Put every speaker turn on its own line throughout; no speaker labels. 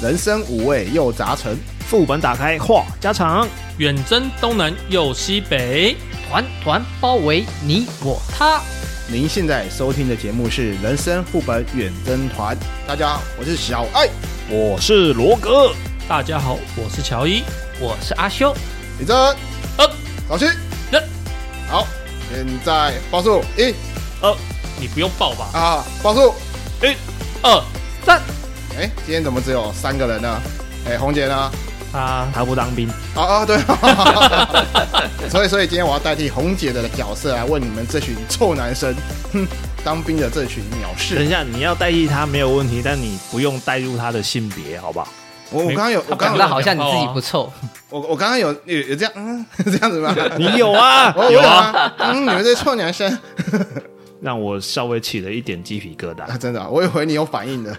人生五味又杂陈，
副本打开话家常，
远征东南又西北，
团团包围你我他。
您现在收听的节目是《人生副本远征团》，大家好，我是小爱。
我是罗格。
大家好，我是乔伊。
我是阿修，
李真，
呃，
小心，
呃，
好，现在报数一
呃，你不用报吧？
啊，报数，
二
赞！
哎、今天怎么只有三个人呢？哎、红姐呢？
他他不当兵，
啊啊，对， 哈哈哈哈所以所以今天我要代替红姐的角色来问你们这群臭男生，哼，当兵的这群鸟
等
事
一。下你要代替他没有问题，但你不用带入他的性别，好不 好？
我我刚刚有，我刚
他
刚
本
那
来
有
好像你自己不臭，
我我刚刚有有有这样，嗯， 这样子吗？
你有啊
我
有
我
啊，
啊，嗯，你们这臭男生
让我稍微起了一点鸡皮疙瘩
啊，。真的啊、我以为你有反应的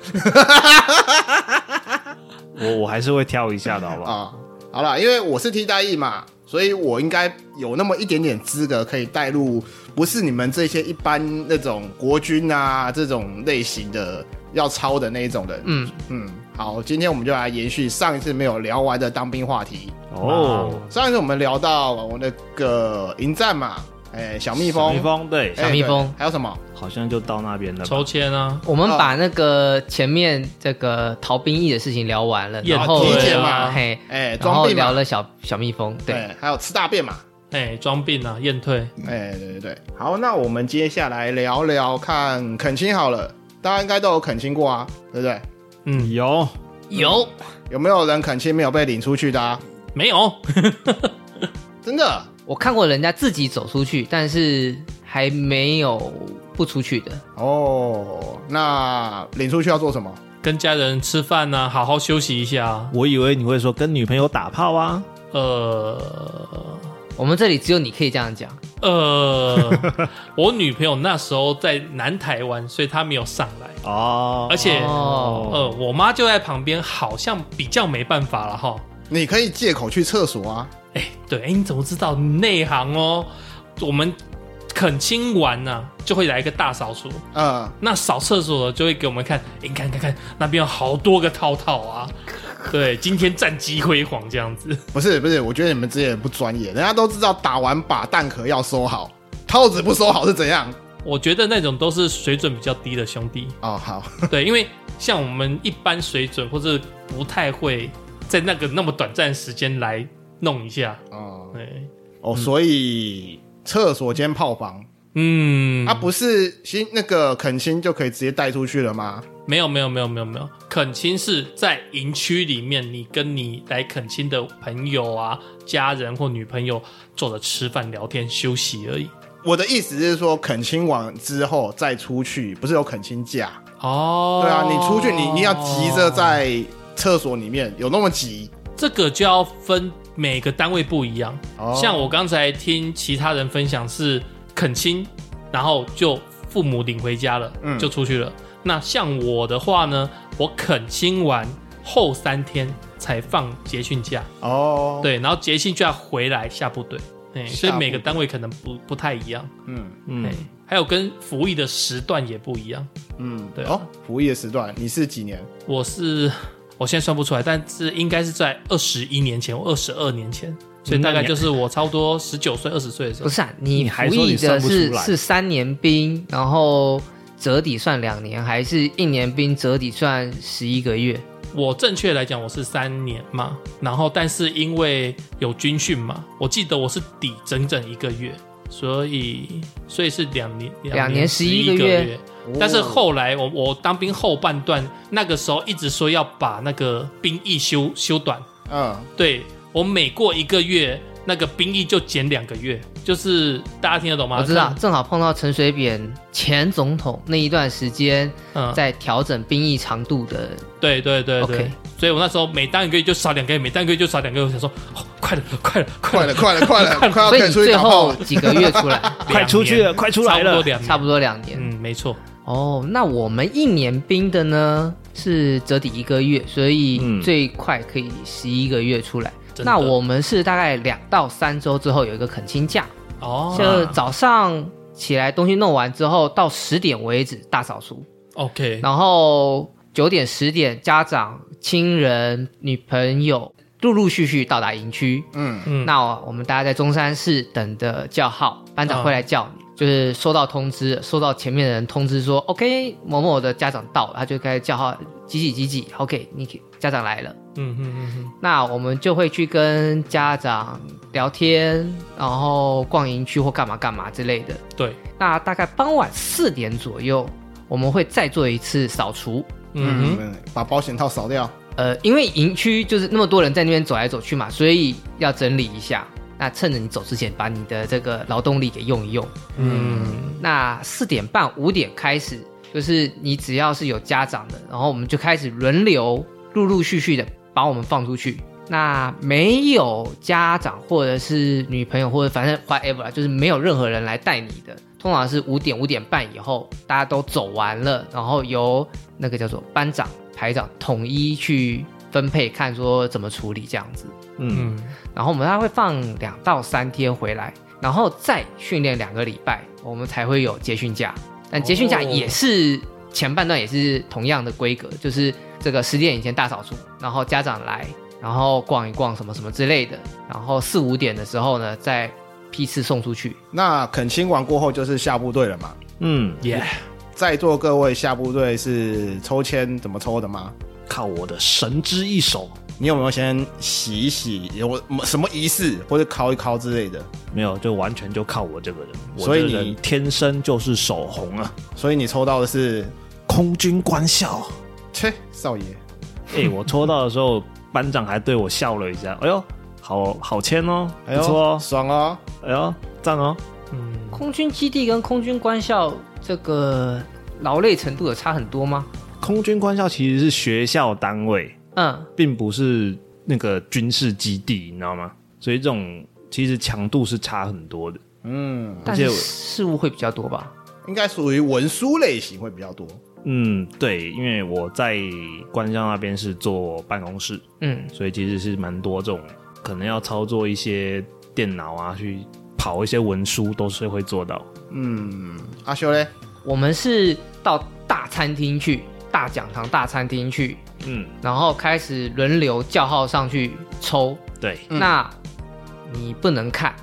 我我还是会挑一下的，好不好？
啊。好了，因为我是替代役嘛，所以我应该有那么一点点资格可以带入，不是你们这些一般那种国军啊这种类型的要抄的那一种人。
嗯，
嗯，好，今天我们就来延续上一次没有聊完的当兵话题。啊
哦，
上一次我们聊到我那个迎战嘛，哎、小蜜蜂，
蜜蜂对，
哎
小蜜蜂
对还有什么？
好像就到那边了吧。
抽签啊，
我们把那个前面这个逃兵役的事情聊完了，
也
然后
体检嘛
嘿，
哎、
然
装
后
病
聊
嘛，
了小小蜜蜂，对，
对，还有吃大便嘛，
哎，装病啊，验退。
哎、对对对。好，那我们接下来聊聊看恳亲好了，大家应该都有恳亲过啊，对不对？
嗯，
有
有
有没有人恳亲没有被领出去的、啊？
没有，
真的？
我看过人家自己走出去，但是还没有不出去的，
哦，那领出去要做什么？
跟家人吃饭啊，好好休息一下啊。
我以为你会说跟女朋友打炮啊，
呃
我们这里只有你可以这样讲，
呃，我女朋友那时候在南台湾，所以她没有上来。
哦，
而且
哦，
呃，我妈就在旁边，好像比较没办法了哈。
你可以借口去厕所啊。
哎、对，哎、你怎么知道内行哦？我们恳亲完呢、就会来一个大扫除。
呃，
那扫厕所的就会给我们看，哎、你看看看，那边有好多个套套啊。对，今天战绩辉煌这样子。
不是不是，我觉得你们这些人不专业，人家都知道打完靶弹壳要收好，套子不收好是怎样？
我觉得那种都是水准比较低的兄弟，
哦，好，
对，因为像我们一般水准或者不太会在那个那么短暂时间来弄一下。
哦
对，
哦，所以厕所间炮房，
嗯，
啊，不是新那个恳亲就可以直接带出去了吗？
没有没有没有没有没有，恳亲是在营区里面，你跟你来恳亲的朋友啊、家人或女朋友坐着吃饭、聊天、休息而已。
我的意思是说，恳亲完之后再出去，不是有恳亲假？
哦，
对啊，你出去你你要急着，在厕所里面，有那么急？
这个就要分每个单位不一样。
哦
像我刚才听其他人分享是恳亲，然后就父母领回家了，
嗯
就出去了。那像我的话呢，我恳亲完后三天才放结训假。
哦，，
对，然后节庆就要回来下部队，哎，所以
下
每个
部队
单位可能不不太一样，
嗯
嗯
哎，，还有跟服役的时段也不一样。
嗯，
对啊
哦，服役的时段你是几年？
我是我现在算不出来，但是应该是在二十一年前，我二十二年前，所以大概就是我差不多十九岁、二十岁的时
不
候。
是啊，你
你还
服
说
役
你算
的
不
是
出来
是三年兵，然后折抵算两年，还是一年兵折抵算十一个月？
我正确来讲，我是三年嘛，然后但是因为有军训嘛，我记得我是抵整整一个月，所以所以是两年
两年
11
11个月
月。但是后来我我当兵后半段，那个时候一直说要把那个兵役修修短，
嗯，
对我每过一个月，那个兵役就减两个月，就是大家听得懂吗？
我知道，
看，
正好碰到陈水扁前总统那一段时间
嗯，
在调整兵役长度的，
对对对对
OK
所以我那时候每当一个月就少两个月，每当一个月就少两个月，我想说，哦，快了，快了，
快
了，
了，快了，快了，快要
所以
可以
你
出去
最
打炮
后
了。
几个月出来，
两年
快出去了，，快出来
差不多
了，
两年，
差不多两年。
嗯，没错，
哦，那我们一年兵的呢是折抵一个月，所以
嗯
最快可以十一个月出来。
真的
那我们是大概两到三周之后有一个恳亲假，
哦，
就早上起来东西弄完之后，到十点为止大扫除，
OK，
然后九点十点家长亲人、女朋友陆陆续续到达营区。
嗯，
嗯，
那我们大家在中山市等的叫号，班长会来叫你。就是收到通知，收到前面的人通知说，OK，某某的家长到了，他就开始叫号几几几几，OK，你家长来了。
嗯嗯嗯
那我们就会去跟家长聊天，然后逛营区或干嘛干嘛之类的。
嗯，对，
那大概傍晚四点左右，我们会再做一次扫除。
嗯哼，
嗯，把保险套扫掉。
呃，因为营区就是那么多人在那边走来走去嘛，所以要整理一下。那趁着你走之前，把你的这个劳动力给用一用。
嗯
那四点半、五点开始，就是你只要是有家长的，然后我们就开始轮流，陆陆续续的把我们放出去。那没有家长或者是女朋友或者反正 whatever，啦就是没有任何人来带你的，通常是五点五点半以后大家都走完了，然后由那个叫做班长、排长统一去分配，看说怎么处理这样子。
嗯，
嗯
然后我们大概会放两到三天回来，然后再训练两个礼拜，我们才会有结训假。但结训假
哦
也是、前半段也是同样的规格，就是这个十点以前大扫除，然后家长来，然后逛一逛什么什么之类的，然后四五点的时候呢再批次送出去。
那恳亲完过后就是下部队了嘛？
嗯，
，Yeah，
在座各位下部队是抽签怎么抽的吗？
靠我的神之一手，
你有没有先洗一洗，有什么仪式或者敲一敲之类的？
没有，就完全就靠我这个人，我
所以
这
你
个人天生就是手红啊，
所以你抽到的是，
空军官校。
切，少爷，
哎、我抽到的时候，班长还对我笑了一下，哎呦，好好签哦，
哎
不
呦，
错哦，
爽哦！
哎呦，赞哦，
嗯，
空军基地跟空军官校这个劳累程度有差很多吗？
空军官校其实是学校单位，
嗯，
并不是那个军事基地，你知道吗？所以这种其实强度是差很多的。
嗯，
但
而
是
且我
事务会比较多吧？
应该属于文书类型会比较多。
嗯，对，因为我在官校那边是做办公室，
嗯，
所以其实是蛮多这种可能要操作一些电脑啊，去跑一些文书都是会做到。
嗯，阿修嘞，
我们是到大餐厅去，大讲堂、大餐厅去，
嗯，
然后开始轮流叫号上去抽。
对，
嗯
那你不能看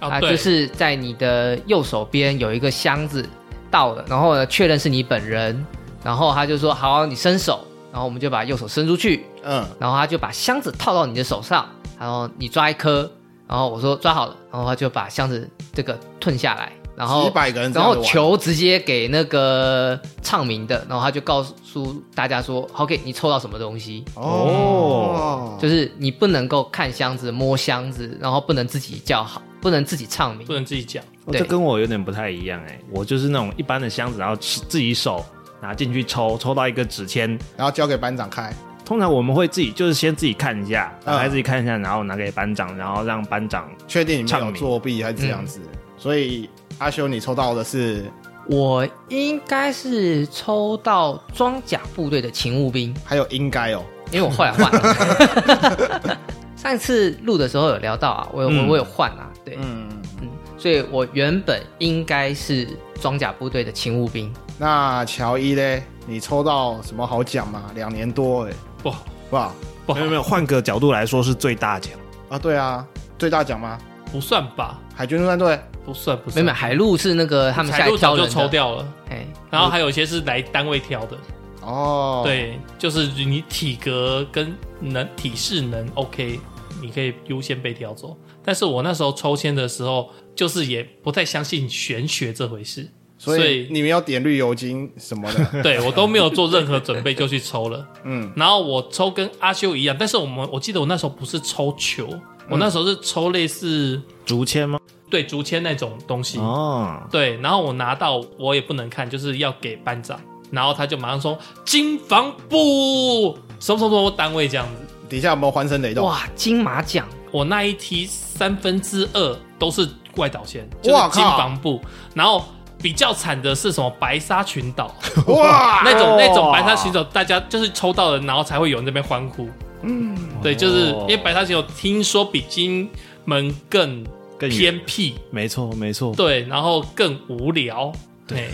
啊，对，
就是在你的右手边有一个箱子到了，然后呢确认是你本人，然后他就说好，啊你伸手，然后我们就把右手伸出去，
嗯，
然后他就把箱子套到你的手上，然后你抓一颗，然后我说抓好了，然后他就把箱子这个吞下来，然后
几百个人这
然
样子
后
玩
球直接给那个唱名的，然后他就告诉大家说：“OK，你抽到什么东西？
哦，
就是是你不能够看箱子、摸箱子，然后不能自己叫好，不能自己唱名
不。能自己讲，
哦
对
这跟我有点不太一样哎、我就是那种一般的箱子，然后自己手拿进去抽，抽到一个纸签，
然后交给班长开。
通常我们会自己就是先自己看一下，
嗯
打开自己看一下，然后拿给班长，然后让班长
确定你没
唱
有
名
作弊还是这样子，所以阿修你抽到的是
我应该是抽到装甲部队的勤务兵，
还有应该哦，
因为我后来换了。上次录的时候有聊到啊，我有、
嗯
我有换啊，对，
嗯，
嗯，所以我原本应该是装甲部队的勤务兵。
那乔伊嘞，你抽到什么好奖吗？两年多哎，
不好
不好
不好
没有没有，换个角度来说是最大奖。
啊，对啊，最大奖吗？
不算吧，
海军陆战队
不算不
没有
算，
没有，海陆是那个他们下
彩
来
路
挑
早
人
就
的
抽。掉了，
哎，
然后还有一些是来单位挑的，
哦，，
对，就是你体格跟能体适能 OK，你可以优先被挑走。但是我那时候抽签的时候，就是也不太相信玄学这回事，
所
所
以
以
你们要点绿油精什么 的，
对我都没有做任何准备就去抽了。
嗯，
然后我抽跟阿修一样，但是我们我记得我那时候不是抽球，我那时候是抽类似
竹签吗？
对竹签那种东西。
哦，
对，然后我拿到我也不能看，就是要给班长，然后他就马上说金防部什么什么什么单位这样子。
底下有没有欢声雷动？
哇，金马奖
我那一题三分之二都是外岛线，就是
哇靠
金防部，然后。比较惨的是什么？白沙群岛
哇，
那种那种白沙群岛，大家就是抽到人，然后才会有人在那边欢呼。嗯，对，就是
哦
因为白沙群岛听说比金门更
更远
偏僻，
没错没错，
对，然后更无聊，对，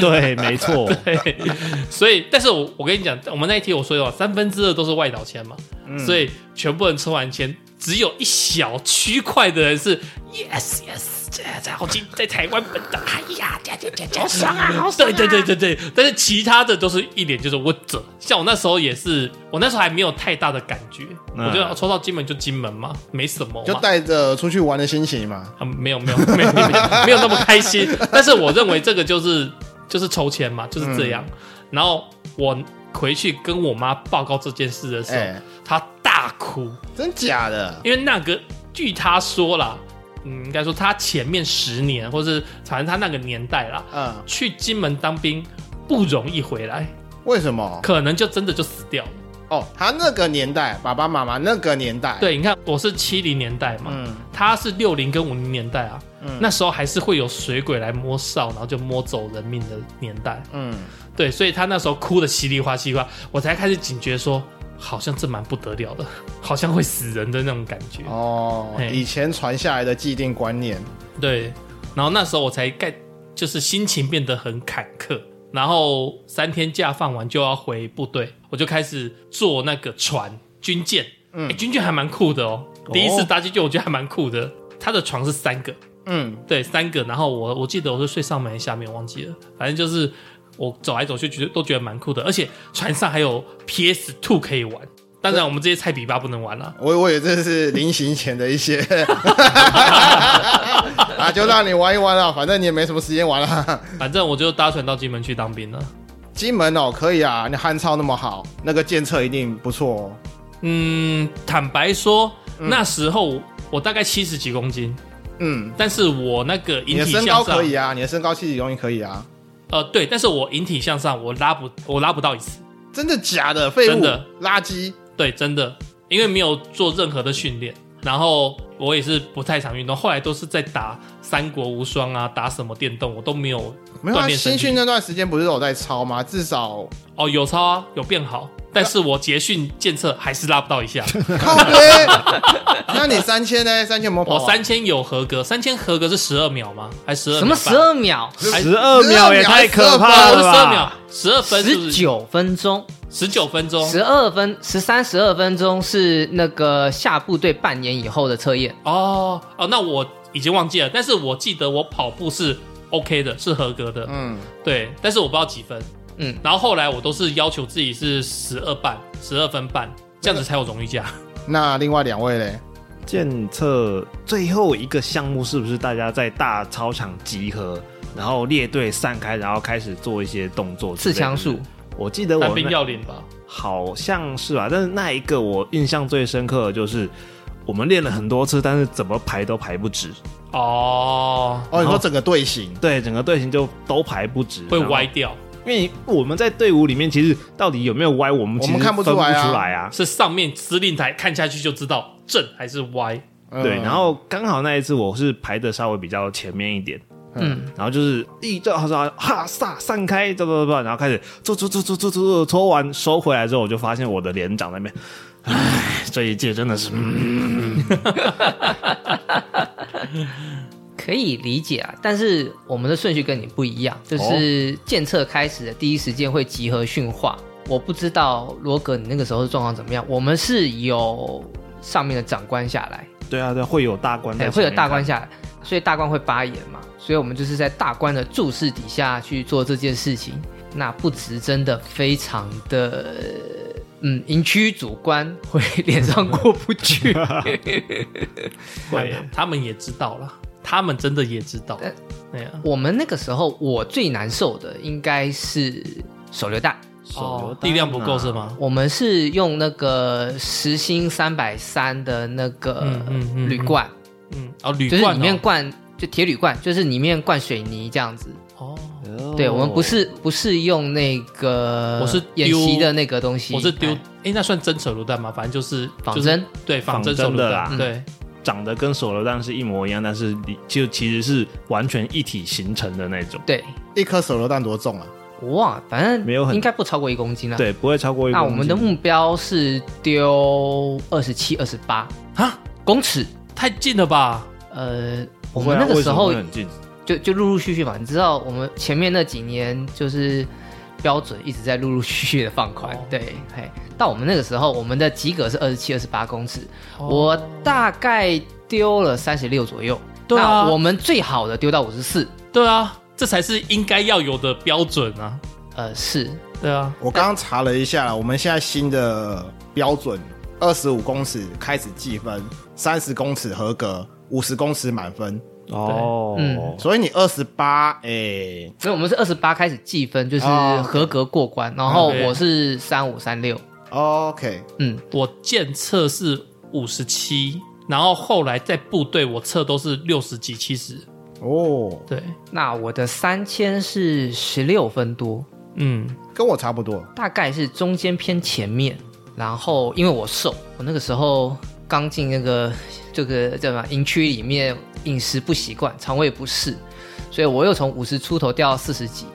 对，没 错，
所以，但是我我跟你讲，我们那一题我说有三分之二都是外岛签嘛，所以全部人抽完签，只有一小区块的人是 yes yes，这这好今在台湾本岛，哎呀，这这这这好爽啊，好爽、对对对对对，但是其他的都是一脸就是我者，像我那时候也是，我那时候还没有太大的感觉，
嗯
我就抽到金门就金门嘛，没什么嘛，
就带着出去玩的心情嘛。
啊，没有没有没有没有没有那么开心，但是我认为这个就是就是抽签嘛，就是这样。然后我回去跟我妈报告这件事的时候，
哎，
她大哭，
真假的？
因为那个据她说啦，嗯，应该说她前面十年，或是反正她那个年代啦，
嗯，
去金门当兵不容易回来，
为什么？
可能就真的就死掉了。
哦，他那个年代，爸爸妈妈那个年代，，
对，你看我是七零年代嘛，
嗯
他是六零跟五零年代啊，
嗯
那时候还是会有水鬼来摸哨，然后就摸走人命的年代。
嗯，
对，所以他那时候哭的稀里哗稀里哗，我才开始警觉说，好像这蛮不得了的，好像会死人的那种感觉。
哦
嘿，
以前传下来的既定观念，
对，然后那时候我才盖，就是心情变得很坎坷。然后三天假放完就要回部队，我就开始坐那个船军舰，嗯、军舰还蛮酷的哦。第一次搭军舰，我觉得还蛮酷的。它的床是三个，
嗯，
对，三个。然后我我记得我是睡上面还是下面，忘记了。反正就是我走来走去，觉得都觉得蛮酷的。而且船上还有 PS Two 可以玩。当然，我们这些菜比吧不能玩了、
我我也这是临行前的一 些， 啊，就让你玩一玩啊，反正你也没什么时间玩了。
反正我就搭船到金门去当兵了。
金门哦，可以啊，你汉超那么好，那个监测一定不错哦。
嗯，坦白说，那时候我大概七十几公斤，
嗯，
但是我那个
你
引
的
体
身
向
高
上，
可以啊，你的身高七十容易可以啊，
呃，对，但是我引体向上，我拉不，我拉不到椅子，
真的假的？废
真
物
的、
垃圾，
对，真的，因为没有做任何的训练，然后我也是不太常运动，后来都是在打三国无双啊，打什么电动，我都没有
没有啊
锻？炼身
新
体
训那段时间不是都有在抄吗？至少
哦，有操啊，有变好，但是我捷训健测还是拉不到一下，
靠边。那你三千呢？三千有没有跑啊
我
完？
三千有合格，三千合格是十二秒吗？还是十二？
什么十？二秒？
十二秒也太可怕
哦，
了
是十二秒
吧！，
十二分是不
十
是，
九分钟，
十九分钟，
十二分十三十二分钟是那个下部队半年以后的测验。
哦哦，那我已经忘记了，但是我记得我跑步是 OK 的，是合格的，
嗯，
对，但是我不知道几分，
嗯，
然后后来我都是要求自己是十二半，十二分半，这样子才有荣誉价。
那另外两位嘞？
检测最后一个项目是不是大家在大操场集合，然后列队散开，然后开始做一些动作之
刺
类的？
枪术，
我记得我
单兵
那
要领吧，
好像是吧，但是那一个我印象最深刻的就是我们练了很多次，但是怎么排都排不直，
哦，
哦，你
然
说
后
整个队形，
对，整个队形就都排不直，
会
然后
歪掉，
因为我们在队伍里面，其实到底有没有歪，我们
我
其实
们看不
分
出
不
来啊
出来啊。
是上面司令台看下去就知道正还是歪。
嗯
对，然后刚好那一次我是排的稍微比较前面一点，
嗯，
然后就是一就好像哈撒散开，对对对，然后开始搓搓搓搓搓搓搓，搓完收回来之后，我就发现我的连长那边，唉，这一届真的是，嗯
可以理解啊，但是我们的顺序跟你不一样，就是检测开始的第一时间会集合训话。我不知道罗格你那个时候的状况怎么样，我们是有上面的长官下来，
对啊对啊，会有大官在前
哎，
面看，
会有大官下来，所以大官会发言嘛，所以我们就是在大官的注视底下去做这件事情。那不值真的非常的，嗯，营区主观会 脸上过 不去。
对，他们也知道了，他们真的也知道
但。
对啊呀，
我们那个时候，我最难受的应该是手榴弹。
手
哦
榴弹啊
哦力量不够是？吗？
我们是用那个时薪三百三的那个
嗯嗯嗯
铝罐，
啊
嗯，哦，铝
就是
罐
里面
哦
灌就铁铝罐，就是里面灌水泥这样子。
哦，
对，我们不是不是用那个
我是
演
丢
习的那个东西，
我是丢
哎，
哎，那算真手榴弹吗？反正就是
仿，
就是
真，
对，仿
仿
真
真
手榴
的啊啦
弹，对，
长得跟手榴弹是一模一样，但是你就其实是完全一体形成的那种，
对，
一颗手榴弹多重啊？
我忘了，反正
没有很
应该不超过一公斤了。，
对，不会超过一公
啊那
斤。
我们的目标是丢二十七、二十八
啊
公尺，
太近了吧？
呃，我
不会
们
啊
那个
为
时
什么
候
会很近，
就就陆陆续续嘛。你知道我们前面那几年就是标准一直在陆陆续续的放宽，
哦
对，嘿，到我们那个时候，我们的及格是二十七、二十八公尺，
哦
我大概丢了三十六左右。
对啊
那我们最好的丢到五十四，
对啊，这才是应该要有的标准啊。
呃，是
对啊，
我刚刚查了一下，我们现在新的标准，二十五公尺开始计分，三十公尺合格，五十公尺满分。
哦，
嗯
所以你二十八，哎，
所以我们是二十八开始计分，就是
哦
合格过关。然后
OK
我是三五三六，
OK，
嗯，
我检测是五十七，然后后来在部队我测都是六十几、七十。
哦，
对，
那我的三千是十六分多，
嗯，
跟我差不多。
大概是中间偏前面。然后因为我瘦，我那个时候刚进那个这个叫什么营区里面，饮食不习惯，肠胃不适，所以我又从五十出头掉到四十几，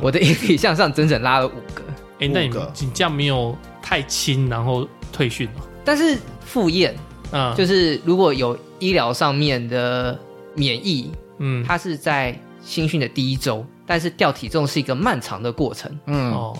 我的 引体向上整整拉了五个。
哎，那你
五个
你这样没有太轻，然后退训啊了。
但是赴宴
嗯，
就是如果有医疗上面的免疫，
嗯，
它是在新训的第一周，但是掉体重是一个漫长的过程，
嗯，
哦。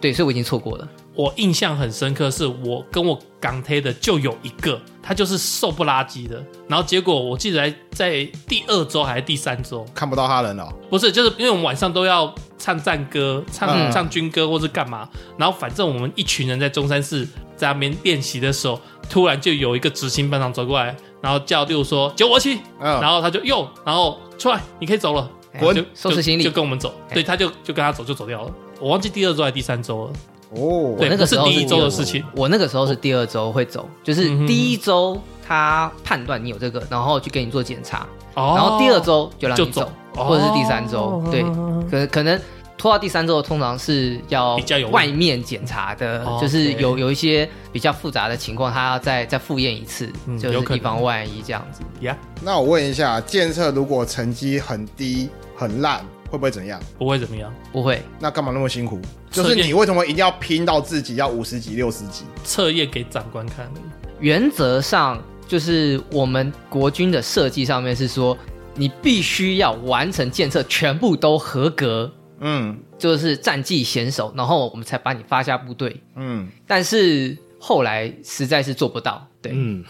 对，所以我已经错过了。
我印象很深刻，是我跟我港铁的就有一个，他就是瘦不拉几的，然后结果我记得还在第二周还是第三周，
看不到他人了。哦
不是，就是因为我们晚上都要唱战歌、唱、
嗯
唱军歌或是干嘛，然后反正我们一群人在中山市在那边练习的时候，突然就有一个执行班长走过来，然后叫六说九五七，然
嗯，
后他就用，然后出来你可以走了，
滚
就
收拾行李
就就跟我们走，
哎
对，他就就跟他走就走掉了，我忘记第二周还是第三周了，
哦，
对
那个时候
不是第一周的
第二
事情
我那个时候是第二周会走，就是
嗯哼
第一周他判断你有这个，然后去给你做检查，
哦
然后第二周就让
就
你走，
走
或者是第三周，
哦
对，可能可能。拖到第三周，通常是要
比较有问
外面检查的
哦，
就是
对
有有一些比较复杂的情况，他要再再复验一次
嗯，
就
有
是
可能
以防万一这样子。
呀
那我问一下，建设如果成绩很低、很烂，会不会怎样？
不会怎么样。
不会，
那干嘛那么辛苦？
射
就是
箭
你为什么一定要拼到自己要五十级、六十级？
测验给长官看 而已
原则上就是我们国军的设计上面是说，你必须要完成建设全部都合格，
嗯
就是战绩娴熟，然后我们才把你发下部队。
嗯，
但是后来实在是做不到，对，
嗯，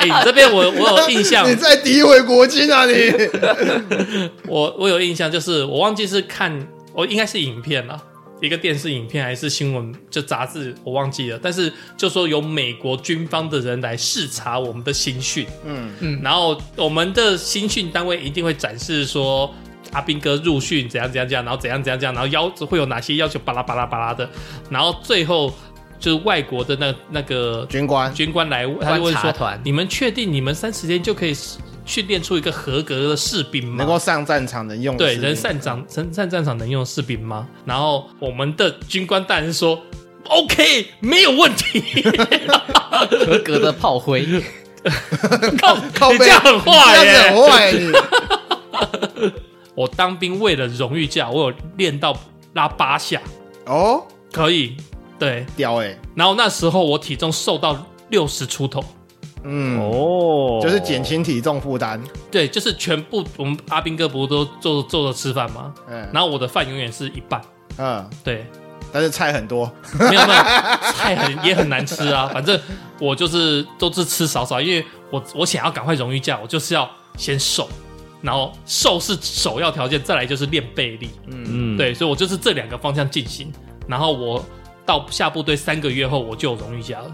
哎、你这边我我有印象，
你在诋毁国军啊你！
我我有印象，就是我忘记是看，我应该是影片了，一个电视影片还是新闻，就杂志，我忘记了。但是就说有美国军方的人来视察我们的新训，
嗯
嗯
然后我们的新训单位一定会展示说。阿兵哥入训怎样怎样怎样，然后怎样怎样怎样，然后要会有哪些要求，巴拉巴拉巴拉的，然后最后就是外国的那那个
军官，
军官来，他就问
观察
说：“
团
你们确定你们三十天就可以训练出一个合格的士兵吗？
能够上战场能用的
对
士兵
人擅长人善战场能用的士兵吗？”然后我们的军官大人说：“OK，没有问题。
合格的炮灰，
靠”
靠
你
背
这样很坏
你这样子
耶！
很坏你。
我当兵为了荣誉架，我有练到拉八下，
哦，
可以。对，
屌哎，
然后那时候我体重瘦到六十出头，
嗯，
哦，
就是减轻体重负担。
对，就是全部我们阿兵哥不是都坐坐着吃饭吗？
嗯
然后我的饭永远是一半，
嗯，
对，
但是菜很多。
没有没有，菜很也很难吃啊。反正我就是都是吃少少，因为我我想要赶快荣誉价，我就是要先瘦，然后瘦是首要条件，再来就是练背力。
嗯，
对，所以我就是这两个方向进行。然后我到下部队三个月后，我就有荣誉价了。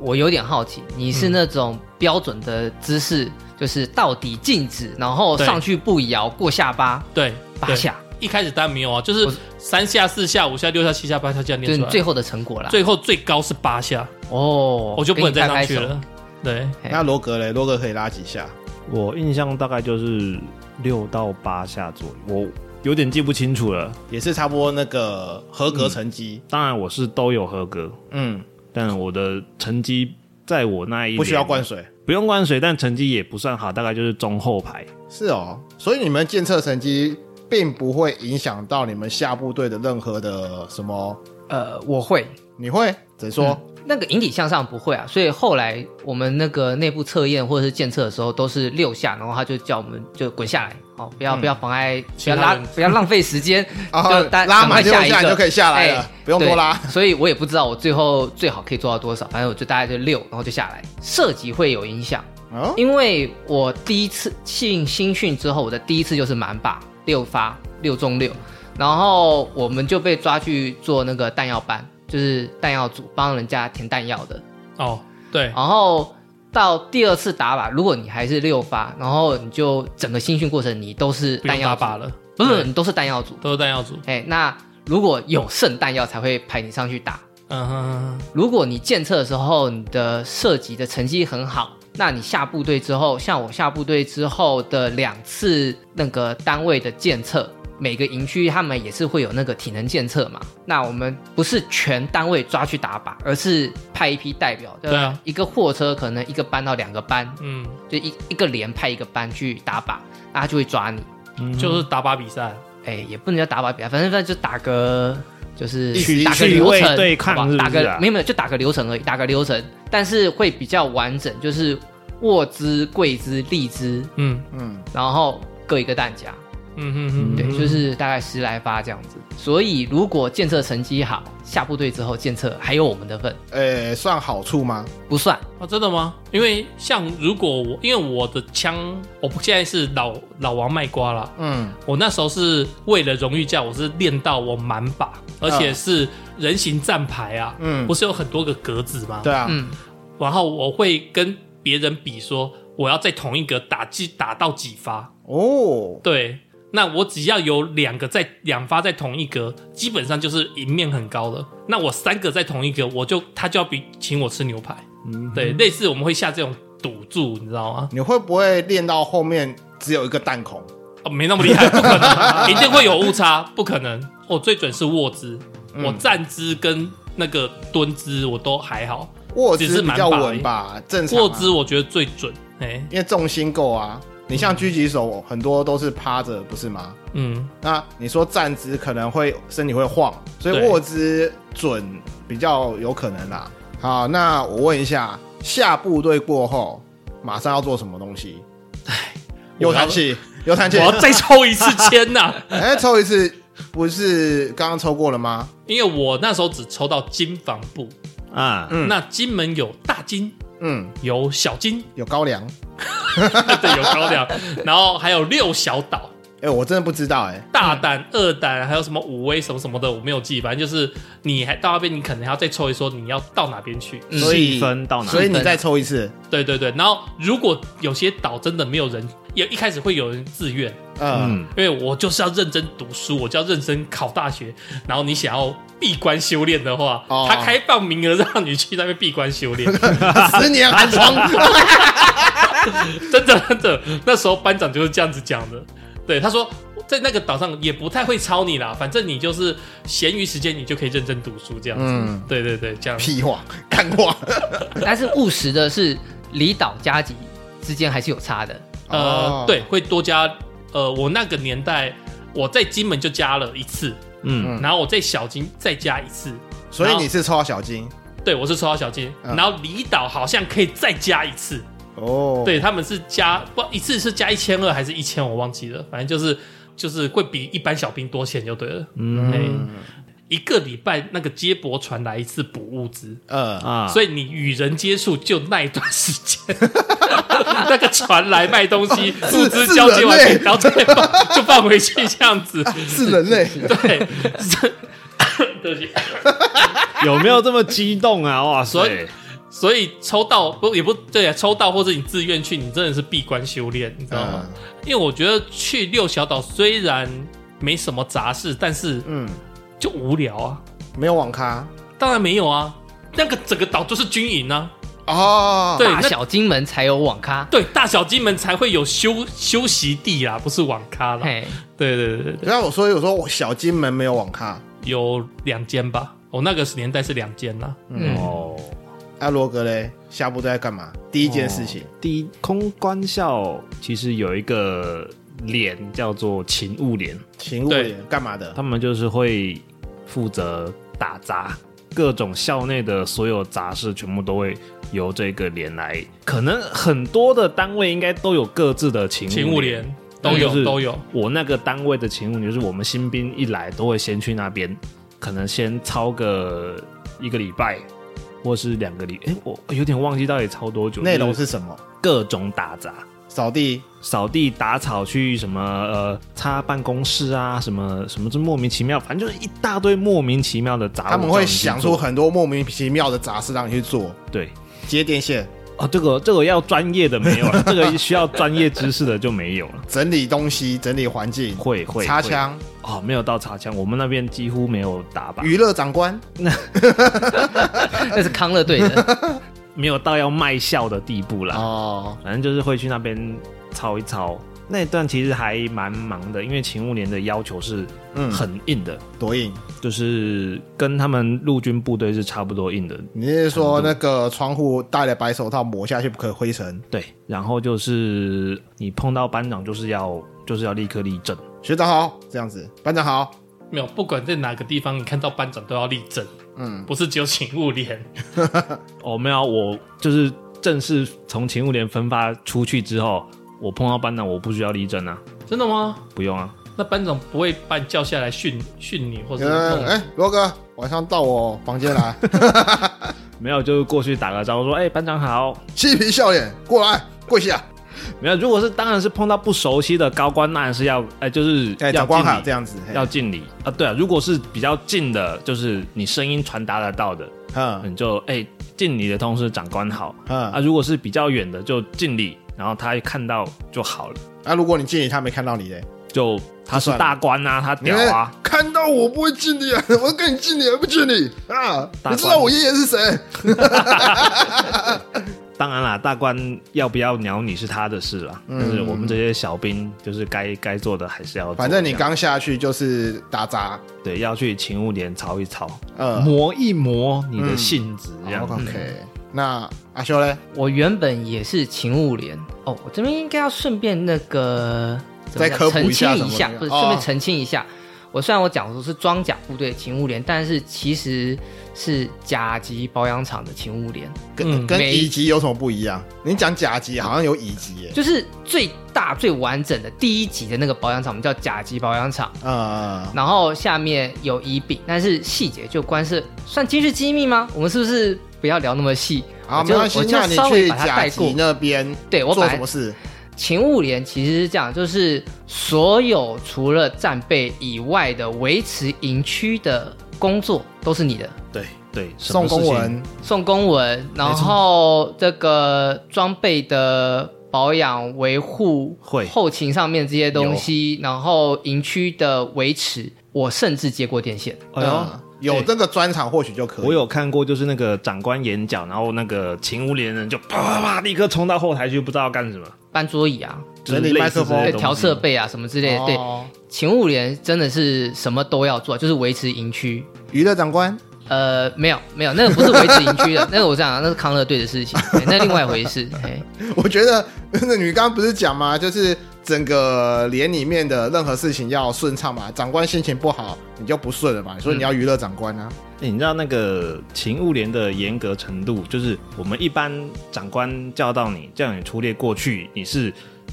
我有点好奇，你是那种标准的姿势，就是到底静止，然后
对
上去不摇，过下巴
对，
八
对。
下，
一开始当然没有啊，就是
我
三下、四下、五下、六下、七下、八下这样
就是
练出
你
来。
最后的成果啦。
最后最高是八下，
哦，
我就不能
给
再
你
上
拍拍
去
手。
了。对，
嘿
那罗格嘞，罗格可以拉几下？
我印象大概就是六到八下左右，我有点记不清楚了。
也是差不多那个合格成绩。
当然我是都有合格，
嗯，
但我的成绩在我那一年
不需要灌，水。
不用灌水，但成绩也不算好，大概就是中后排。
是哦，所以你们监测成绩并不会影响到你们下部队的任何的什么？
呃，我会，
你会？怎说？
那个引体向上不会啊，所以后来我们那个内部测验或者是检测的时候都是六下，然后他就叫我们就滚下来，哦，不
嗯
要、不要妨碍，不要
他
拉
人，
不要浪费 时间，
然后
就大
哦拉
赶快
满六
下一
下你
个
就可以下来了
哎，
不用多拉。
对所以我也不知道我最后最好可以做到多少，反正我就大概就六，然后就下来。射击会有影响，
嗯
哦，
因为我第一次进新训之后，我的第一次就是满靶六发六中六，然后我们就被抓去做那个弹药班，就是弹药组帮人家填弹药的。
哦，对，
然后到第二次打靶，如果你还是六发，然后你就整个新训过程你都是
不用
弹药
打
组
靶，了，
不是
对
你都是弹药组。
都是弹药组。
哎，那如果有剩弹药才会派你上去打。
嗯哼，
如果你检测的时候你的射击的成绩很好，那你下部队之后，像我下部队之后的两次那个单位的检测，每个营区他们也是会有那个体能检测嘛。那我们不是全单位抓去打靶，而是派一批代表，
对啊，
一个货车可能一个班到两个班，
嗯，
就一一个连派一个班去打靶，那他就会抓你。
嗯
嗯
就是打靶比赛。
哎，也不能叫打靶比赛，反正反正就打个就是
趣
打个
趣
流
味
程
对抗
好吧
是不
打
是
个
啊
没有没有，就打个流程而已，打个流程，但是会比较完整，就是卧姿、跪姿、立姿，
嗯
嗯，
然后各一个弹夹，
嗯哼哼，
对，就是大概十来发这样子。所以如果建测成绩好，下部队之后建测还有我们的份，
呃，算好处吗？
不算
啊，真的吗？因为像如果我，因为我的枪，我不现在是老老王卖瓜啦，
嗯，
我那时候是为了荣誉价，我是练到我满靶，而且是人形站牌啊，
嗯
不是有很多个格子吗？
对，啊，
嗯，
然后我会跟别人比说，我要在同一个打几打到几发，
哦，
对，那我只要有两个在两发在同一格，基本上就是赢面很高了。那我三个在同一格，我就他就要比请我吃牛排，
嗯
对，类似我们会下这种赌注，你知道吗？
你会不会练到后面只有一个弹孔？
哦，没那么厉害，不可能，一定会有误差，不可能。我最准是卧姿，我站姿跟那个蹲姿我都还好，
握
只是
姿比
蛮
较
把而
稳
已
吧，正常、啊。
卧姿我觉得最准。哎、
因为重心够啊。你像狙击手很多都是趴着，不是吗？
嗯，
那你说站姿可能会身体会晃，所以
对
握姿准比较有可能啦。好，那我问一下，下部队过后马上要做什么东西？
哎我
有
要
弹 气，有弹
我
气。
要再抽一次签呐、
哎，抽一次不是刚刚抽过了吗？
因为我那时候只抽到金防部，
啊，
嗯
那金门有大金，
嗯，
有小金，
有高粱。
对，有高粱，然后还有六小岛、
哎，我真的不知道哎。
大胆、二胆，还有什么五威什么什么的，我没有记，反正就是你还到那边，你可能还要再抽一说你要到哪边去。
所以
嗯细分到哪
所以你再抽一次，
对对对，然后如果有些岛真的没有人，也一开始会有人自愿，
嗯，
嗯，
因为我就是要认真读书，我就要认真考大学。然后你想要闭关修炼的话，
哦
他开放名额让你去那边闭关修炼，
十年寒 窗。
真的真的，那时候班长就是这样子讲的。对，他说在那个岛上也不太会抄你啦，反正你就是闲余时间你就可以认真读书这样子。
嗯
对对对，这样。
屁话，干话。
但是务实的是离岛加级之间还是有差的，
呃，
哦
对，会多加。呃，我那个年代我在金门就加了一次，
嗯，
嗯
然后我在小金再加一次。
所以你是抽到小金
对，我是抽到小金，
嗯
然后离岛好像可以再加一次。
哦？
对，他们是加不一次是加一千二还是一千，我忘记了，反正就是就是会比一般小兵多钱就对了。嗯，一个礼拜那个接驳船来一次补物资，
呃，
啊，
所
以
以你与人接触就那一段时 间。 那个船来卖东西，物资交接完
是人类，
然后再放就 放回去这样子。
是人类。
对， 是对不起。
有没有这么激动啊？哇
所
塞
以，所以抽到不也不对啊，抽到或者你自愿去，你真的是闭关修炼，你知道
呃啊
吗？因为我觉得去六小岛虽然没什么杂事，但是
嗯，
就无聊啊。
没有网咖
当然没有啊，那个整个岛就是军营啊，
啊
哦。
对
大
那
小金门才有网咖，
对，大小金门才会有休休息地啊啦，不是网
嗯
咖啦。
嘿，
对对对对对，
然后我所以我说我小金门没有网咖，
有两间吧，我那个年代是两间啦。
嗯。
哦，
阿罗格嘞下部队在干嘛？第一件事情，
第一空官校其实有一个连叫做勤务连，
勤务
对
连干嘛的？
他们就是会负责打杂，各种校内的所有杂事，全部都会由这个连来。可能很多的单位应该都有各自的勤
勤
务
务
连
嗯
连都
就是
有都有，
我那个单位的勤务，就是我们新兵一来都会先去那边，可能先操个一个礼拜，或是两个礼，哎、我有点忘记到底操多久。
内容
就是
是什么？
各种打杂，
扫地，
扫地、打草去什么呃擦办公室啊，什么什么这莫名其妙，反正就是一大堆莫名其妙的杂物。
他们会想
说
出很多莫名其妙的杂事让你去做，
对。
接电线、
哦，这个这个要专业的没有啊 了，这个需要专业知识的就没有了。
整理东西、整理环境、
会会
擦
会
枪、
哦，没有到擦枪，我们那边几乎没有打靶，
娱乐长官，
那是康乐队 的，
没有到要卖笑的地步啦。
哦，
反正就是会去那边操一操。那一段其实还蛮忙的，因为勤务连的要求是
嗯
很硬的，
多硬！
就是跟他们陆军部队是差不多硬的。
你是说那个窗户戴了白手套抹下去不可以灰尘？
对，然后就是你碰到班长就是要就是要立刻立正，
学长好，这样子，班长好，
没有，不管在哪个地方，你看到班长都要立正，
嗯，
不是只有请勿连。
哦，没有，我就是正式从勤务连分发出去之后，我碰到班长，我不需要立正啊，
真的吗？
不用啊。
那班长不会把你叫下来训训你，或者
呃，
弄
哎、罗哥，晚上到我房间来，
没有，就是过去打个招呼说：“哎、班长好。
嬉皮笑脸过来跪下，”
没有，如果是当然是碰到不熟悉的高官，那是要哎、就是
哎、
要
长
敬
官好，
礼
这，样子，嘿
要敬礼啊。对啊，如果是比较近的，就是你声音传达得到的，
嗯
你就哎、敬礼的同时长官好
嗯
啊。
啊
如果是比较远的，就敬礼，然后他看到就好了，
啊如果你敬礼他没看到你嘞，就
他是
算了
大官啊，他
你
屌啊。
看到我不会敬礼啊， 我跟你敬礼还不敬礼啊？
大
你知
官
道我爷爷是谁？
当然啦，大官要不要鸟你是他的事啦，
嗯
但是我们这些小兵就是该该做的还是要做。
反正你
这样
刚下去就是打杂，
对要去勤务连操一操，
呃哦
磨一磨你
嗯
的性子，这样、
嗯
，OK，那阿修嘞，
我原本也是勤务连哦。我这边应该要顺便那个怎么
再
讲
科普
澄
一下
清
什
一
么
下，
东西
不是
哦
顺便澄清一下。我虽然我讲说是装甲部队勤务连，但是其实是甲级保养厂的勤务连，
跟
嗯
跟
没
乙级有什么不一样？你讲甲级好像有乙级耶，
就是最大最完整的第一级的那个保养厂，我们叫甲级保养厂。
呃，
然后下面有乙丙，但是细节就关涉，算军事机密吗？我们是不是不要聊那么细？
好，
我
啊没
就
关系
我，就
那你
稍微
去
把它
甲
带过
级。那边
对我
做
把
什么事？
勤务连其实是这样，就是所有除了战备以外的维持营区的工作都是你的，
对对，什
送
么事
公
情
文，
送公文，然后这个装备的保养、维护、
会
后勤上面这些东西，然后营区的维持，我甚至接过电线。
哎呦
呃有这个专场或许就可以。
我有看过，就是那个长官演讲，然后那个勤务连人就啪啪啪立刻冲到后台去，不知道干什么，
搬桌椅啊，
就是
整理
类似
麦克风哎
这些
对
东西
调设备啊什么之类的。对，
哦
勤务连真的是什么都要做，就是维持营区。
娱乐长官，
呃，没有没有，那个不是维持营区的，那个我这样讲，那是康乐队的事情，对那另外一回事。嘿
我觉得那你刚刚不是讲吗？就是整个连里面的任何事情要顺畅嘛。长官心情不好，你就不顺了嘛。你说你要娱乐长官啊，
欸你知道那个勤务连的严格程度，就是我们一般长官叫到你，叫你出列过去，你是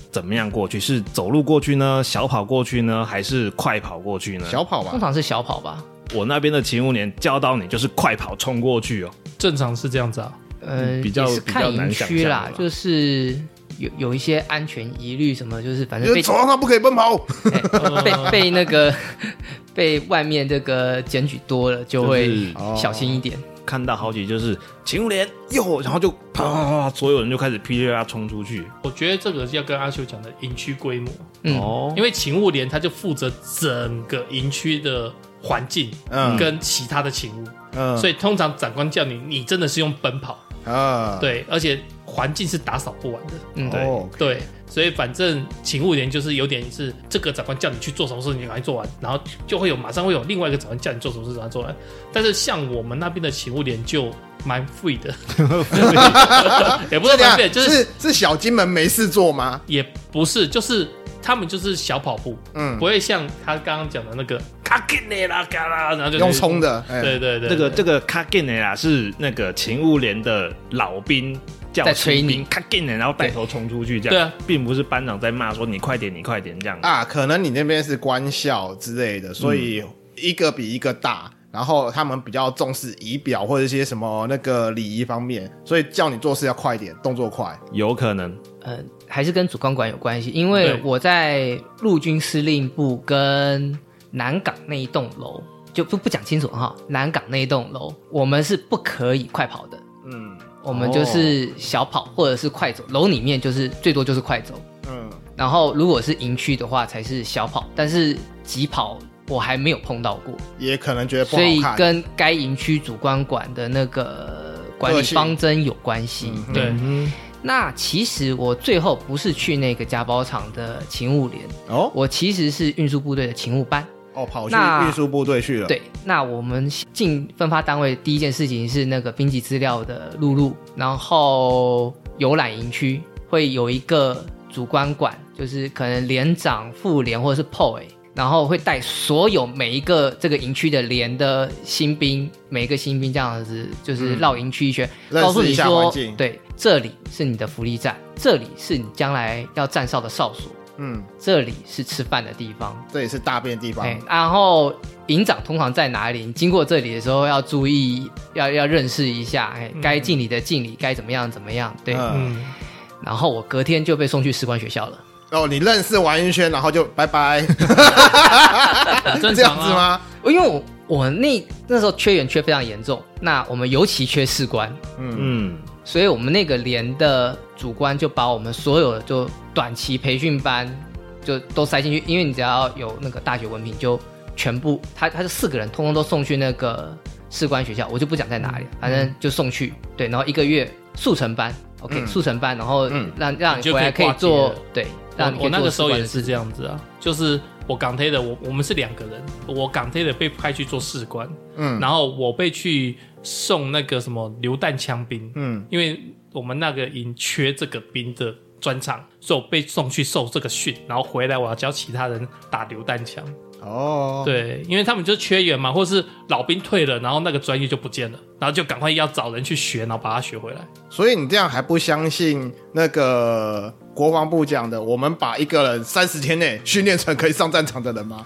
怎么样过去？是走路过去呢？小跑过去呢？还是快跑过去呢？
小跑
通
吧。
常是小跑吧。
我那边的勤务连叫到你就是快跑冲过去哦。
正常是这样子啊，
呃，
嗯比较
也是看营
比较难
区啦
想象的啦，
就是有有一些安全疑虑什么，就是反
你
正
就
被
走廊上不可以奔跑，
哎被被那个被外面这个检举多了，就会
就是
小心一点。
看到好几就是勤务连哟，然后就啪啪啪，所有人就开始噼里啪啦冲出去。
我觉得这个要跟阿修讲的营区规模，
嗯
哦，
因为勤务连他就负责整个营区的环境
嗯
跟其他的勤务，
嗯，
所
以
以通常长官叫你，你真的是用奔跑，
啊，
对，而且环境是打扫不完的，
嗯，
对
哦，
对，所以反正勤务连就是有点是这个长官叫你去做什么事，你赶快做完，然后就会有马上会有另外一个长官叫你做什么事，赶快做完。但是像我们那边的勤务连就蛮 free 的，也不是蛮 free，
对，
就是
是小金门没事做吗？
也不是，就是他们就是小跑步，
嗯
不，会像他刚刚讲的那个卡给你啦嘎啦，然后就
用冲的，哎
对对对，
这个
对
这个卡金的啦，是那个勤务连的老兵叫
在催你
卡金的，然后带头冲出去这样。
对啊，
并不是班长在骂说你快点，你快点这样。
啊，可能你那边是官校之类的，所以一个比一个大。然后他们比较重视仪表或者一些什么那个礼仪方面，所以叫你做事要快一点，动作快。
有可能
呃，还是跟主管管有关系，因为
对
我在陆军司令部跟南港那一栋楼，就不不讲清楚哈。南港那一栋楼，我们是不可以快跑的，
嗯
我们就是小跑或者是快走，楼里面就是最多就是快走。
嗯，
然后如果是营区的话，才是小跑，但是急跑我还没有碰到过，
也可能觉得不
所
好
以
看。
跟该营区主管管的那个管理
个性
方针有关系。
嗯哼
对
那其实我最后不是去那个家包厂的勤务连，
哦
我其实是运输部队的勤务班。
哦，跑去
那
运输部队去了。，
对，那我们进分发单位第一件事情是那个兵籍资料的录入，然后游览营区会有一个主官管，就是可能连长、副连或者是 POE，然哎后会带所有每一个这个营区的连的新兵，每一个新兵这样子就是绕营区一圈，
嗯认识
告诉你
一下
说
环境，
对，这里是你的福利站，这里是你将来要站哨的哨所，
嗯，
这里是吃饭的地方，
这也是大便的地方。
哎，然后营长通常在哪里？你经过这里的时候要注意，要要认识一下，哎，该敬礼的敬礼，该怎么样怎么样，对。
嗯
嗯，
然后我隔天就被送去士官学校了，
哦，你认识完一圈，然后就拜拜，
很正
这
常
样子
啊。
吗？
因为我我那那时候缺员缺非常严重，那我们尤其缺士官，
嗯
嗯，
所以我们那个连的主官就把我们所有的就短期培训班就都塞进去，因为你只要有那个大学文凭，就全部他他就四个人通通都送去那个士官学校，我就不讲在哪里，反正就送去。对，然后一个月速成班，OK，、
嗯
速成班，然后
嗯
让、让
你
你
就
回来
可
可
以
以
挂
做
机了
对，让
我
你可以
我那个
做
时
士
候
官
也
的
是
事
这样子啊，就是我港台的，我我们是两个人，我港台的被派去做士官，
嗯
然后我被去送那个什么榴弹枪兵，
嗯，
因为我们那个营缺这个兵的专场，所以我被送去受这个训，然后回来我要教其他人打榴弹枪。
哦，
对，因为他们就缺员嘛，或是老兵退了，然后那个专业就不见了，然后就赶快要找人去学，然后把它学回来。
所以你这样还不相信那个国防部讲的，我们把一个人三十天内训练成可以上战场的人吗？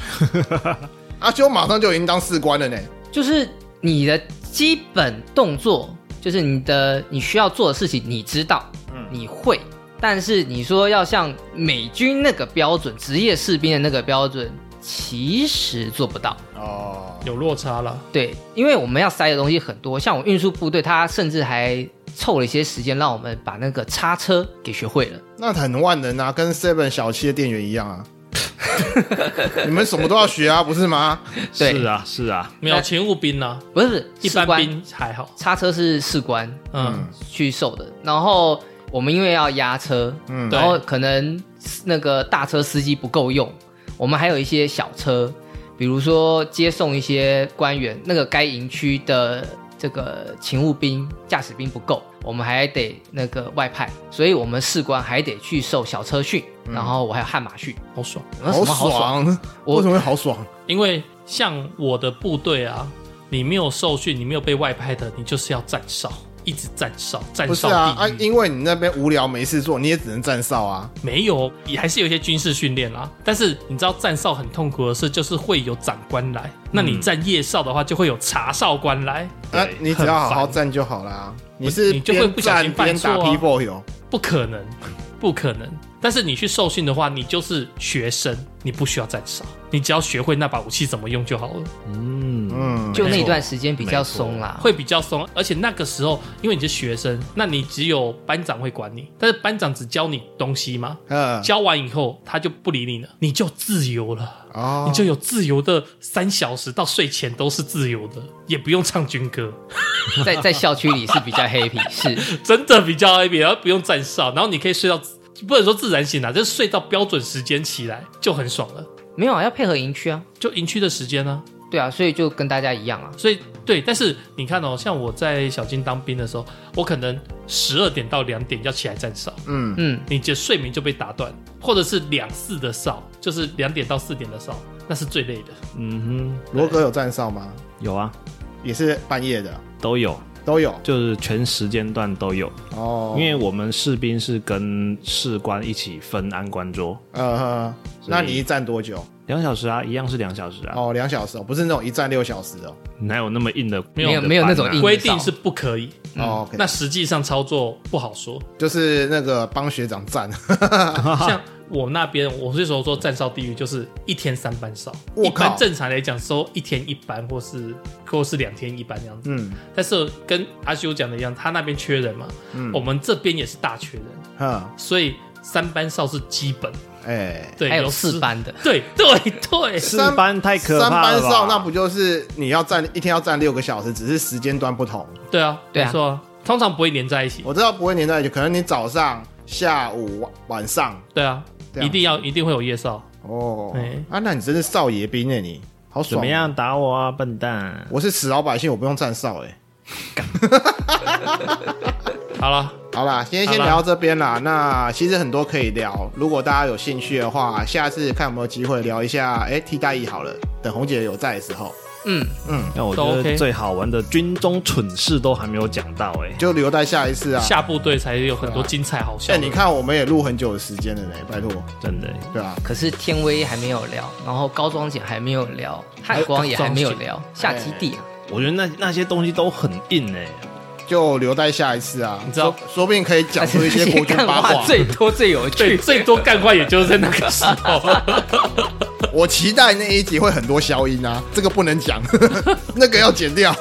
阿修马上就已经当士官了呢。
就是你的基本动作，就是你的你需要做的事情，你知道，
嗯
你会。但是你说要像美军那个标准，职业士兵的那个标准，其实做不到。
哦，
有落差了，
对，因为我们要塞的东西很多，像我运输部队，他甚至还凑了一些时间，让我们把那个叉车给学会了。
那很万能啊，跟 Seven 小七的店员一样啊。 你们什么都要学啊，不是吗？
对
是啊，是啊，
没有勤务兵呢、
不是不是，
一
士
般
官
兵还好。
叉车是士官
嗯，
去受的，然后我们因为要压车，
嗯
然后可能那个大车司机不够用，我们还有一些小车，比如说接送一些官员，那个该营区的这个勤务兵、驾驶兵不够，我们还得那个外派，所以我们士官还得去受小车训，然后我还有悍马训，
好爽。
啊
我说什么好 爽，
爽，
我
为什么会好爽？
因为像我的部队啊，你没有受训，你没有被外派的，你就是要站哨，一直站哨，站
不是
哨
啊啊，
地狱。
因为你那边无聊没事做，你也只能站哨啊。
没有，也还是有一些军事训练啦。但是你知道站哨很痛苦的事，就是会有长官来。那
嗯
你站夜哨的话，就会有查哨官来，
那、
对
啊你只要好好
很烦
站就好啦。你
不
是
你就会
边
不小心
站边
犯错
打
啊
P b o y 哦。
不可能， 不可能。但是你去受训的话，你就是学生，你不需要站哨，你只要学会那把武器怎么用就好了。
嗯，
嗯，
就
没
那
错
段时间比较
没错
松啦。
会比较松，而且那个时候因为你是学生，那你只有班长会管你，但是班长只教你东西嘛，
呃，
教完以后他就不理你了，你就自由了，
哦
你就有自由的三小时，到睡前都是自由的，也不用唱军歌，
在在校区里是比较 happy，是
真的比较 happy，然后不用站哨，然后你可以睡到不能说自然醒啦，就是睡到标准时间起来就很爽了，
没有啊，要配合营区啊，
就营区的时间呢、
对啊，所以就跟大家一样啊
啊。，所以对，但是你看哦，像我在小金当兵的时候，我可能十二点到两点要起来站哨，
嗯，
嗯，
你的睡眠就被打断，或者是两四的哨，就是两点到四点的哨，那是最累的。
嗯
罗格有站哨吗？
哼，有啊，
也是半夜的，
都有，
都有
就是全时间段都有，
哦。
因为我们士兵是跟士官一起分安官桌，
呃，
所以
那你一站多久？
两小时啊，一样是两小时啊，
哦，两小时哦，不是那种一站六小时哦。
哪有那么硬的？
没有
硬的
没有
班啊
那种硬
规定是不可以，
哦，OK，
嗯那实际上操作不好说。
就是那个帮学长站， 啊
像我那边，我那时候说站哨地狱就是一天三班哨，
我
一
靠
般正常来讲收一天一班，或是或是两天一班这样子。
嗯，
但是跟阿修讲的一样，他那边缺人嘛，
嗯
我们这边也是大缺人，
哼，
所以三班哨是基本。
哎，
对，
还有
十
四，班的，
对对对，
四班太可
三
怕了吧
班哨那不就是你要站一天要站六个小时，只是时间段不同。
对啊，
对啊
没错啊，通常不会连在一起。
我知道不会年代久，可能你早上、下午、晚晚上
对啊，
这样
一定要一定会有夜哨。
哦
对。
啊，那你真是少爷兵哎，你好爽。
哎怎么？样打我啊，笨蛋！
我是死老百姓，我不用站哨哎。
好了，
好啦，今天先
好啦
聊到这边啦。那其实很多可以聊，如果大家有兴趣的话，下次看有没有机会聊一下。哎、替代役好了，等红姐有在的时候，
嗯，
那我
都
觉
OK
得最好玩的军中蠢事都还没有讲到哎、
就留待下一次啊。
下部队才有很多精彩好笑
哎、
的。
你看我们也录很久的时间了呢，拜托，
真的欸、
对吧、啊？
可是天威还没有聊，然后高庄姐还没有聊，汉光也还没有聊，下基地啊，
哎
我觉得那那些东西都很硬哎、
就留待下一次啊。
你知道
说，说不定可以讲出一些国军
干
八
话
卦。
最多最有
对，
趣，
最多干话也就是在那个时 候。
我期待那一集会很多消音啊，这个不能讲， 那个要剪 掉。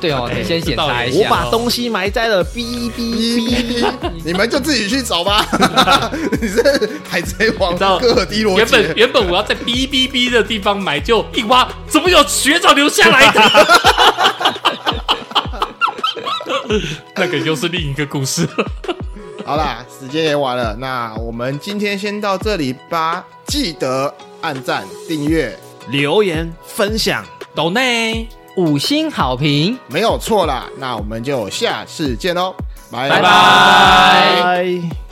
对哦，你先检查一
这道理
我
下
把
把东西埋在了 B B
你们就自己去找吧。 你是海贼王
你知道
哥尔迪罗杰
原本原本我要在 B B B 的地方买，就一挖，怎么有学长留下来的？那个又是另一个故事。
好啦，时间也晚了，那我们今天先到这里吧。记得按赞、订阅，
留言分享，
懂内，
五星好评，
没有错啦。那我们就下次见喽，拜
拜
拜拜。
拜。